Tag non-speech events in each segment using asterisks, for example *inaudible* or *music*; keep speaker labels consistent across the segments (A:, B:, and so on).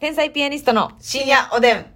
A: 天才ピアニストの深夜おでん。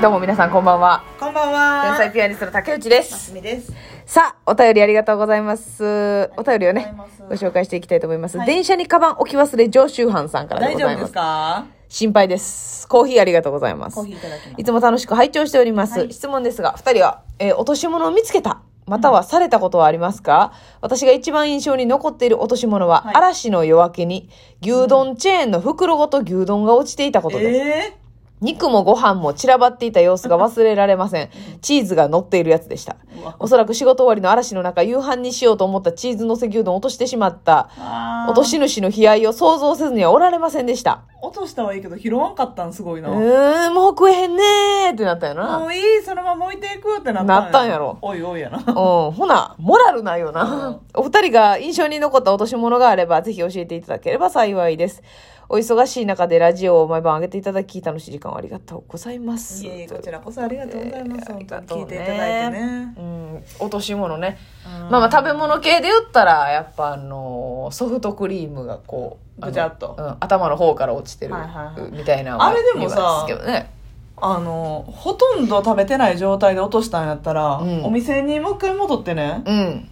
A: どうも皆さんこんばんは。
B: こんばんは。
A: 天才ピアニストの竹内で。
B: ますすみです。
A: さあ、お便りありがとうございます。お便りを
B: あ
A: ね
B: りがとうござい、
A: ご
B: ます
A: 紹介していきたいと思います。
B: はい
A: 電車にカバン置き忘れ常習犯さんからで
B: 大
A: ご
B: 丈
A: ざい
B: 夫
A: ま
B: ですす。か
A: 心配です。コーヒーありがとうございます。
B: コーヒーいただきます
A: いつも楽しく拝聴しております。
B: はい
A: 質問ですが、二人は、えー落とし物を見つけた、またはされたことはありますか、私が一番印象に残っている落とし物は、
B: はい
A: 嵐の夜明けに、牛丼チェーンの袋ごと牛丼が落ちていたことです。
B: え
A: 肉もご飯も散らばっていた様子が忘れられませ
B: *laughs*
A: ん。チーズが乗っているやつでした
B: うわ。
A: おそらく仕事終わりの嵐の中、夕飯にしようと思ったチーズのせ牛丼を落としてしまった。
B: ー、あー
A: 落とし主の悲哀を想像せずにはおられませんでした。
B: 落としたはいいけど拾わんかったんすごいうな。
A: ーん、もう食えへんねーってなったよな。う
B: も
A: ん、
B: ういい、そのまま置いていくってなった
A: なったんやろ
B: おいおいや *laughs* な。
A: ほな、モラルないよ
B: う。
A: なんお二人が印象に残った落とし物があれば、ぜひ教えていただければ幸いです。お忙しい中でラジオを毎晩上げていただき、楽しい時間をありがとうございます。
B: いえいえ、こちらこそありがとうございます。本当に
A: あり
B: 聞
A: が
B: い
A: とう
B: てい
A: ね
B: ただいてね。
A: うん、落とし物ね、
B: うん
A: まあまあ食べ物系で言ったらやっぱあのソフトクリームがこうあの
B: ぐちゃっと
A: うん、頭の方から落ちてる
B: はいはいはい
A: みたいな
B: あれでもさ
A: 見ますけどね
B: あの、ほとんど食べてない状態で落としたんやったら、
A: うん
B: お店にもう一回戻ってね、
A: うん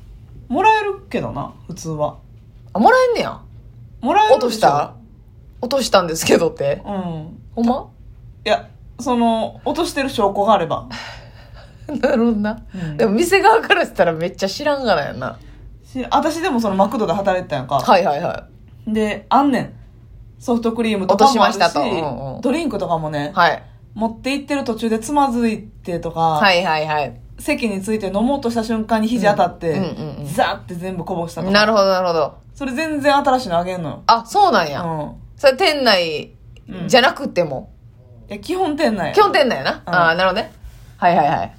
B: もらえるけどな、普通は。
A: あもらえんねや
B: もらえる
A: 落
B: でょ
A: とした落としたんですけどって
B: うん。
A: ほんま
B: いや、その、落としてる証拠があれば。
A: *laughs* なるほどな、
B: うん
A: でも店側からしたらめっちゃ知らんがらやな
B: し私でもそのマクドで働いてたやんか。
A: はいはいは
B: で、あんねん。ソフトクリームとか
A: 落とし
B: もあ
A: ま
B: る
A: し
B: し、
A: たとうんうん
B: ドリンクとかもね
A: い、はい
B: 持って行ってる途中でつまずいてとか、
A: はいはいはい
B: 席について飲もうとした瞬間に肘当たって、
A: うんうんうん
B: ザーって全部こぼしたとか。
A: なるほどなるほど
B: それ全然新しいのあげんのよ。
A: あそうなんや、
B: う
A: それ店内
B: うん
A: じゃなくても、
B: ん。いや、基本店内。
A: 基本店内やな、
B: うん
A: ああなるほどねはいはいはい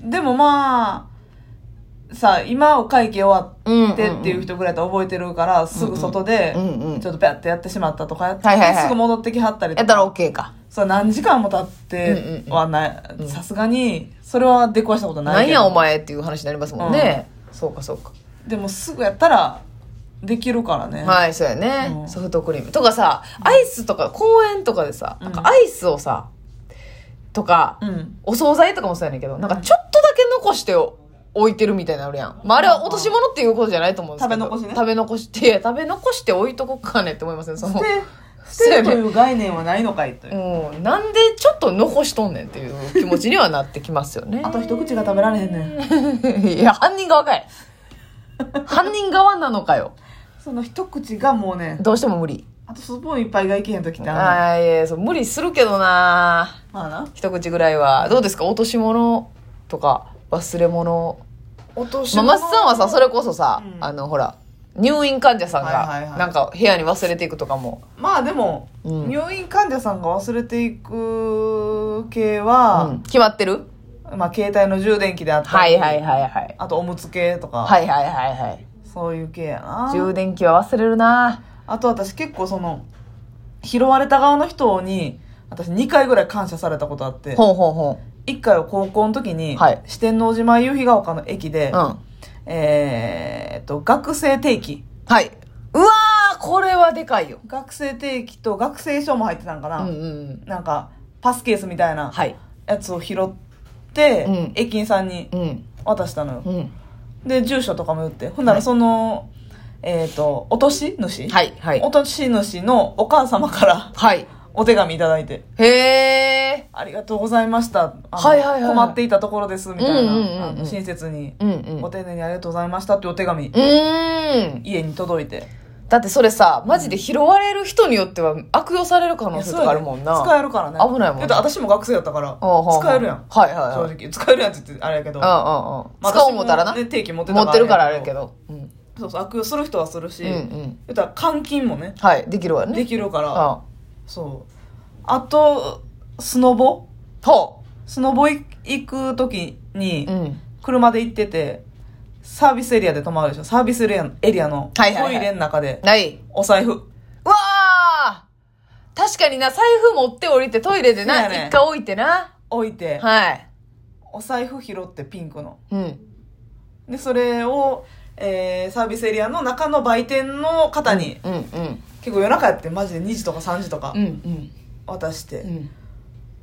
B: でもまあ、さあ、今お会計終
A: うん
B: わってっていう人ぐらいだと覚えてるから、すぐ外で、
A: うんうん
B: ちょっとペッてやってしまったとかやって、
A: はいはいはい
B: すぐ戻ってきはったりと
A: や
B: か。
A: ったら OK か。
B: そう何時間も経ってはないさすがにそれは出くわしたこと
A: な
B: ない
A: ん
B: けど
A: やお前っていう話になりますもんね。そうかそうか。
B: でもすぐやったらできるからね、
A: はい、そうやね、
B: うん
A: ソフトクリーム。とかさ、アイスとか、公園とかでさ、なんかアイスをさ、とか、
B: うん
A: お惣菜とかもそうやねんけど、なんかちょっとだけ残して置いてるみたいなのあるやん。まああれは落とし物っていうことじゃないと思うんですけど。
B: 食べ残しね
A: 食べ残して、いや食べ残して置いとこっかねって思いません、そ
B: *laughs* 捨
A: の
B: て。捨てるという概念はないのかいとい
A: う
B: う、
A: ん、なんでちょっと残しとんねんっていう気持ちにはなってきますよね。
B: あと一口が食べられへんね
A: *laughs*
B: ん
A: いや、犯人側かい。犯人側なのかよ。
B: その一口がもうね
A: どうしても無理。
B: あとスプーンいっぱいがいけへん時ってある
A: ああ、いや、そう無理するけどな
B: まあな
A: 一口ぐらいは。どうですか落とし物とか、忘れ物。
B: 落とし
A: まあ、マスさんはさ、それこそさ、
B: うん
A: あの、ほら、入院患者さん
B: はいはい
A: が
B: は、い
A: なんか部屋に忘れていくとかも。
B: まあでも、
A: うん
B: 入院患者さんが忘れていく系は
A: うん、決まってる
B: まあ携帯の充電器であった
A: は
B: り、
A: いはいはいはい。
B: あとおむつ系とか、
A: はいはいはいはい。
B: そういう系やな
A: 充電器は忘れるな
B: あと私結構その、拾われた側の人に、私2回ぐらい感謝されたことあって、
A: ほんほんほ
B: 1回は高校の時に、
A: はい
B: 四天王島夕日が丘の駅で、
A: ん。うん。
B: えーっと、学生定期。
A: はい。うわー、これはでかいよ。
B: 学生定期と学生証も入ってたんか
A: う
B: な、
A: んうんうん。
B: なんか、パスケースみたいな
A: はい。
B: やつを拾って、
A: うん
B: 駅員さんに
A: うん。
B: 渡したのよ。
A: うん。
B: で、住所とかも言って。ほんならその、えーっと、落とし主、
A: はいはい。
B: 落とし主のお母様から
A: はい。
B: お手紙いただいて。
A: へえ。
B: ありがとうございました。あの
A: はいはいはい
B: 困っていたところです、みたいな。
A: うんうんうんうん
B: あの親切に、
A: うんうん。
B: ご
A: う
B: 丁寧にありがとうございましたっていうお手紙、
A: ーん。
B: 家に届いて。
A: だってそれさ、マジで拾われる人によっては悪用される可能性とかあるもんな。
B: いやそうやで使えるからね。
A: 危ないもん
B: だって私も学生やったから
A: おうほうほ、う
B: 使えるやん。
A: はいはい
B: 正
A: はい。
B: 直。使えるやんって言ってあれやけど。
A: うんうんうん。
B: まあ
A: 使おう思ったらな。
B: 私もね定期持ってた
A: 持ってるからあれやけ
B: ど。
A: ど。うん。
B: そうそう、悪用する人はするし、
A: うんうん。
B: 言ったら換金もね、
A: はい。できるわね。
B: できるか
A: う
B: ら、
A: ん。
B: そう。あと、スノボ
A: ほ
B: スノボ行く時に
A: う。う、ん。
B: 車で行ってて、サービスエリアで泊まるでしょ。サービスエリアエリアのト
A: はいはいはい
B: イレの中で、
A: ない。
B: お財布。
A: うわあ確かにな、財布持って降りてトイレでな、
B: そうやね
A: 一回置いてな。
B: 置いて、
A: はい。
B: お財布拾ってピンクの。
A: うん。
B: で、それをえーサービスエリアの中の売店の方に、
A: うんうん
B: 結構夜中やってマジで2時とか3時とか
A: うんうん
B: 渡して、
A: うん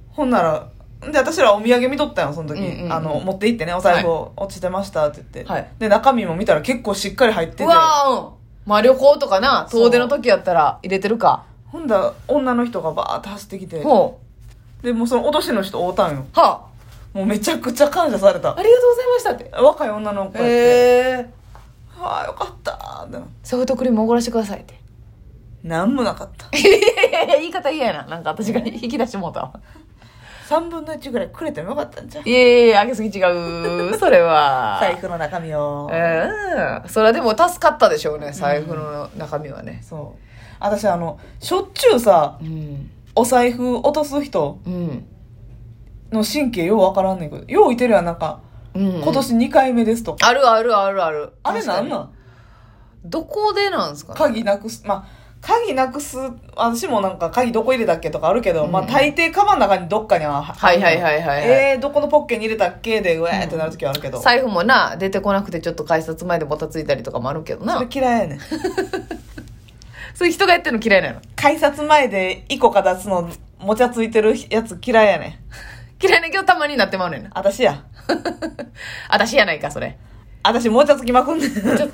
B: ほんならで私らお土産見とったよその時、
A: うんうんうん
B: あの持って行ってねお財布を落ちてましたって言って、
A: はい
B: で中身も見たら結構しっかり入ってて
A: うわーうんまあ旅行とかな遠出の時やったら入れてるか
B: ほんだら女の人がバーって走ってきて
A: ほう
B: でもうその落としの人会うたんよ
A: は
B: もうめちゃくちゃ感謝された
A: あありがとうございましたって
B: 若い女の子やって
A: へえ
B: 「ああよかった」ってな
A: ソフトクリームおごらしてくださいって *laughs*
B: 何もなかった
A: いやいや言い方嫌やななんか私が引き出してもうたわ
B: 3分の1ぐらいくれてもよかったんじゃう
A: いえいえあげすぎ違うそれは
B: 財布の中身を
A: うんそれはでも助かったでしょうね財布の中身はね
B: そう私あのしょっちゅうさ
A: うん
B: お財布落とす人
A: うん、
B: の神経ようわからんねんけどよういてるやんなんか
A: うん、
B: 今年2回目ですとか、
A: あるあるあるある
B: あれなんなん
A: どこでなんですかね
B: 鍵なくすまあ鍵なくす私もなんか鍵どこ入れたっけとかあるけど、まあ大抵カバンの中にどっかには
A: はいはいはいはいはい
B: えー、どこのポッケに入れたっけでうわーってなる時はあるけど、それ
A: 財布もな出てこなくてちょっと改札前でもたついたりとかもあるけどな
B: 嫌いやねん
A: そういう人がやってるの嫌いなの
B: 改札前で1個か出すのもちゃついてるやつ嫌いやねん
A: 嫌いなけどたまになってまうねんな
B: 私や
A: 私やないかそれ
B: 私もちゃつきまくんねん
A: ち
B: そ
A: ょそういう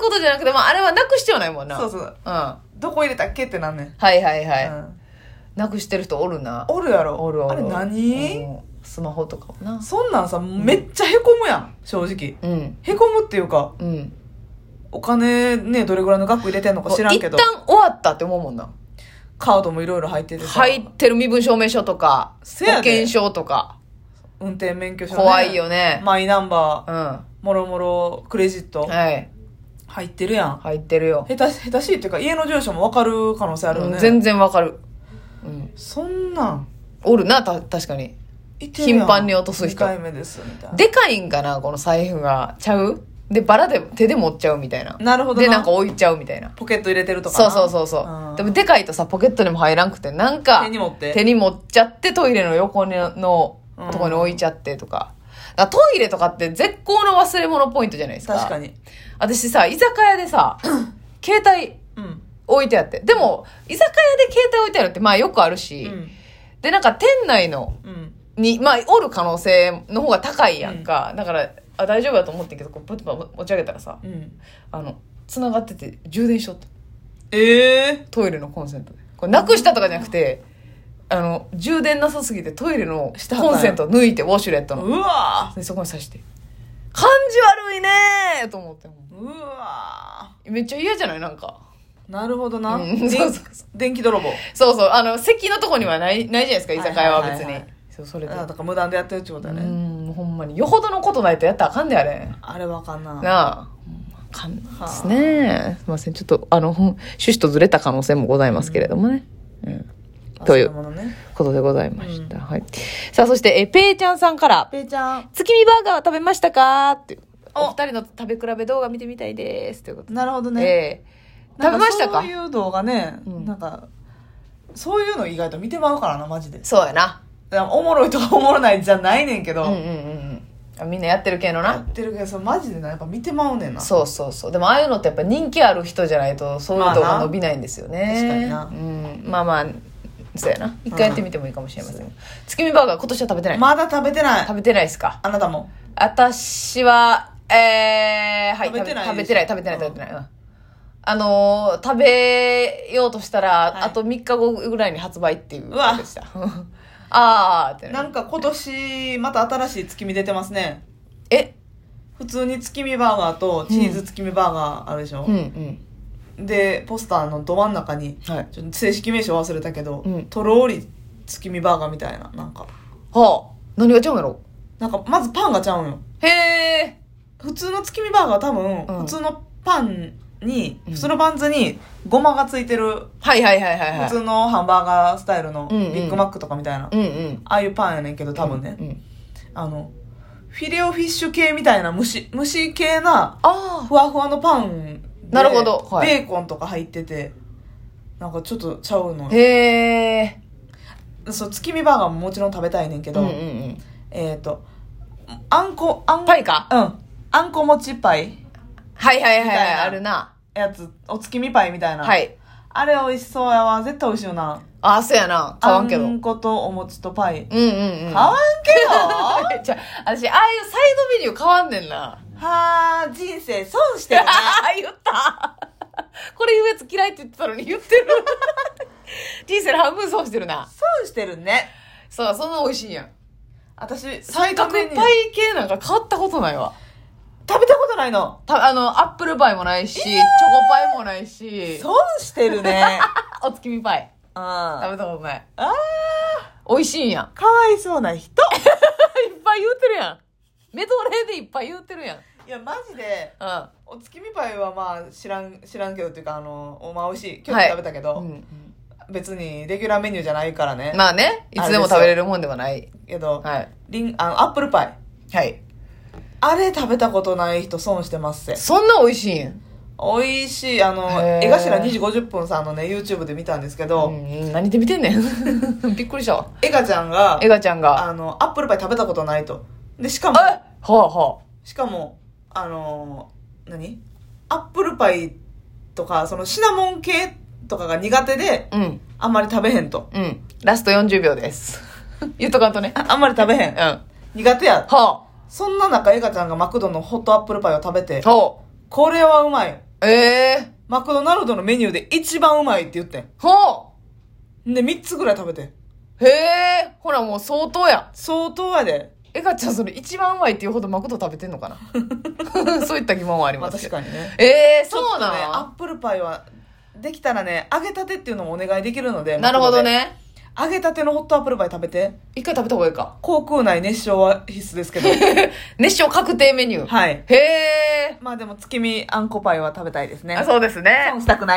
A: ことじゃなくて、まあ、あれはなくしてはないもんな
B: うそううん
A: は
B: どこ入れたっけってなんねん、
A: いはいはい、
B: うん
A: なくしてる人おるな
B: おるやろ
A: おるおる
B: あれ何、
A: うんスマホとかもな
B: そんなんさめっちゃへこむやん正直
A: うん
B: へこむっていうか
A: うん
B: お金ねどれぐらいの額入れてんのか知らんけど
A: 一旦終わったって思うもんな
B: カードもいろいろ入っててさ
A: 入ってる身分証明書とか
B: せ
A: 保
B: やで
A: 険証とか
B: 運転免許証、
A: 怖いよね
B: マイナンバ
A: う
B: ー
A: んは
B: もろもろクレジット
A: い
B: 入ってるやん
A: 入ってるよ、
B: 下手し下手しいっていうか家の住所も分かる可能性あるよ
A: う
B: ね、
A: ん全然わかる、うん、
B: そんなん
A: おるなた確かに
B: いてるやん
A: 頻繁に落とす人
B: 2回目ですみたいな
A: でかいんかなこの財布がちゃうでバラで手で持っちゃうみたいな
B: なるほどな
A: でなんか置いちゃうみたいな
B: ポケット入れてるとか
A: そ
B: な
A: うそうそうそ
B: ん
A: うでもでかいとさポケットにも入らんくてなんか
B: 手に持って
A: 手に持っちゃってトイレの横のとこに置いちゃってとかだからトイレとかって絶好の忘れ物ポイントじゃないですか
B: 確かに
A: 私さ居酒屋で
B: *clears throat*
A: さ携帯
B: うん
A: 置いてあってでも居酒屋で携帯置いてあるってまあよくあるし、
B: うん
A: でなんか店内の
B: うん
A: にまあおる可能性の方が高いやんか、だからあ大丈夫だと思ってんけどこうプッと持ち上げたらさ
B: うん
A: あの繋がってて充電しとった
B: ええ
A: トイレのコンセントでこれなくしたとかじゃなくてあの充電なさすぎてトイレの
B: したんだよ
A: コンセント抜いてウォシュレットの
B: うわ
A: でそこに刺して感じ悪いねーと思って
B: うわ
A: めっちゃ嫌じゃないなんか
B: なるほどな、
A: うん
B: で
A: そうそうそ
B: 電気泥棒
A: そうそうあの席のとこにはないないじゃないですか居酒屋は別に、
B: はいはいはいはい
A: そうそれで
B: あだから無断でやってるってこと
A: う
B: だね、
A: んほんまによほどのことないとやったらあかんであれ
B: あれわかんな
A: なあ。わかんないですね。すみません。ちょっと、あの、ほん趣旨とずれた可能性もございますけれどもね。うん。という
B: 忘れ物ね
A: ことでございました。はい。さあ、そして、え、ペイちゃんさんから、
B: ペイちゃん
A: 月見バーガーは食べましたかっていう。
B: お
A: お二人の食べ比べ動画見てみたいです。ということで。
B: なるほどね、
A: ええ
B: なん
A: 食べましたか
B: そういう動画ね、
A: うん
B: なんかそういうの意外と見てまうからなマジで
A: そうやな。
B: いやおもろいとかおもろないじゃないねんけど、
A: うんうんうんうんあ。みんなやってる系の
B: や
A: な。
B: ってるけどそうマジでなやっぱ見てまうねんな
A: そうそうそう。でも、ああいうのってやっぱ人気ある人じゃないと、そういう動
B: まあ
A: 画
B: な
A: 伸びないんですよ
B: 確
A: ね。
B: か
A: うん。まあまあ、そうやな。一回やってみてもいいかもしれませんが。月見バーガー今年は食べてない。
B: まだ食べてない
A: 食べてないですか
B: あなたも
A: 私はえー、はい
B: 食べてない
A: 食べてない
B: でしょ
A: 食べてない食べてない、
B: う
A: うんあのー食べようとしたら、
B: はい
A: あと3日後ぐらいに発売っていう
B: うわ
A: ことでした *laughs* あーって
B: なんか今年また新しい月見出てますね
A: え
B: 普通に月見バーガーとチーズ月見バーガーあるでしょ
A: うん、うん
B: でポスターのど真ん中に
A: はい
B: ちょっと正式名称忘れたけど、
A: うん
B: とろーり月見バーガーみたいななんか
A: はあ何が違うんやろ
B: なんかまずパンがちゃうんよ
A: へえ
B: 普通の月見バーガーは多分、
A: うん
B: 普通のパンに、
A: うん
B: 普通のバンズにごまがついてる、
A: はいはいはいはいは
B: 普
A: い
B: 通のハンバーガースタイルの
A: う
B: ビ
A: んうん
B: ッグマックとかみたいな、あ
A: うんうん
B: あいうパンやねんけど多分ね、
A: うんうん
B: あのフィレオフィッシュ系みたいな蒸し蒸し系な
A: あ
B: ふわふわのパンで
A: なるほどはい
B: ベーコンとか入っててなんかちょっとちゃうの
A: あへえ
B: よそう月見バーガーももちろん食べたいねんけ
A: う
B: ど、
A: んうんうん
B: えっ、とあんこあん
A: パイか
B: うんあんこ餅パイ
A: はいはいはいはい
B: みたいな
A: あるな
B: やつ、お月見パイみたいな。
A: はい
B: あれ美味しそうやわ。絶対美味しいよな。
A: ああそうやな買わんけど
B: あ
A: うん
B: んことお餅とパイ。
A: うんうん
B: 買わんけ
A: *laughs*
B: ど
A: じゃあ私ああいうサイドメニュー買わんねんな
B: はー、人生損して *laughs* るな。
A: あ言ったこれ言うやつ嫌いって言ってたのに言ってる人生の半分損してるな
B: 損してるね。
A: そうそんな美味しいんや
B: 私、
A: 三角パ
B: メ
A: イ
B: ニュー
A: 系なんか買ったことないわ
B: 食べたことないの。
A: たあのアップルパイもないしチョコパイもないし
B: 損してる *laughs* ね。
A: お月見パイ
B: うん。
A: 食
B: か
A: べたことない
B: あ
A: 美味しいんや
B: わいそうな人。
A: いっぱい言うてるやんメドレーでいっぱい言うてるやん
B: いや、マジで、
A: う
B: お月見パイはまあ、知らん、知らんけどっていうか、あの、おまあ、美味しい。今
A: は
B: 日
A: い
B: 食べたけど、
A: ん、
B: 別にレギュラーメニューじゃないからね。
A: まあねいつでも食べれるもんではない
B: けど、
A: はい
B: リン、あの、アップルパイ。
A: はい
B: あれ食べたことない人損してますせ。
A: そんな美味しいん
B: 美味しい、あの、
A: へー
B: 江頭2時50分さんのね、YouTube で見たんですけど、
A: うん、何で見てんねん *laughs* びっくりしたわ
B: エガちゃんが
A: エ、ガちゃんが
B: あの、アップルパイ食べたことないと。で、しかも
A: あ、はあは
B: しかも、あのー何アップルパイとか、そのシナモン系とかが苦手で、
A: あうん
B: あんまり食べへんと。
A: うんラスト40秒です *laughs* 言っとかんとね
B: ああんまり食べへ
A: うん
B: ん。
A: は
B: 苦手や。
A: あ
B: そんな中、エガちゃんがマクドのホットアップルパイを食べて、
A: ほ
B: これはうまい。
A: うええ
B: マクドナルドのメニューで一番うまいって言って
A: ほ
B: ん。で、3つぐらい食べてん。
A: うへえほらもう相当や
B: 相当やで。
A: エガちゃんそれ一番うまいっていうほどマクド食べてんのかな *laughs* そういった疑問はあり
B: まあ
A: ますけ
B: 確
A: ど
B: かにね。
A: ええ
B: ちょっ
A: そう
B: とね、
A: な
B: ア
A: の
B: ップルパイは、できたらね、揚げたてっていうのもお願いできるので。
A: なるほど
B: マク
A: ね
B: ドで。揚げたてのホットアップルパイ食べて。
A: 一回食べた方がいいか *laughs*
B: 航空内熱唱は必須ですけど。
A: 熱唱確定メニュー
B: はい。
A: へえ
B: まあでも月見あんこパイは食べたいですね。
A: そうですね
B: 損したくない。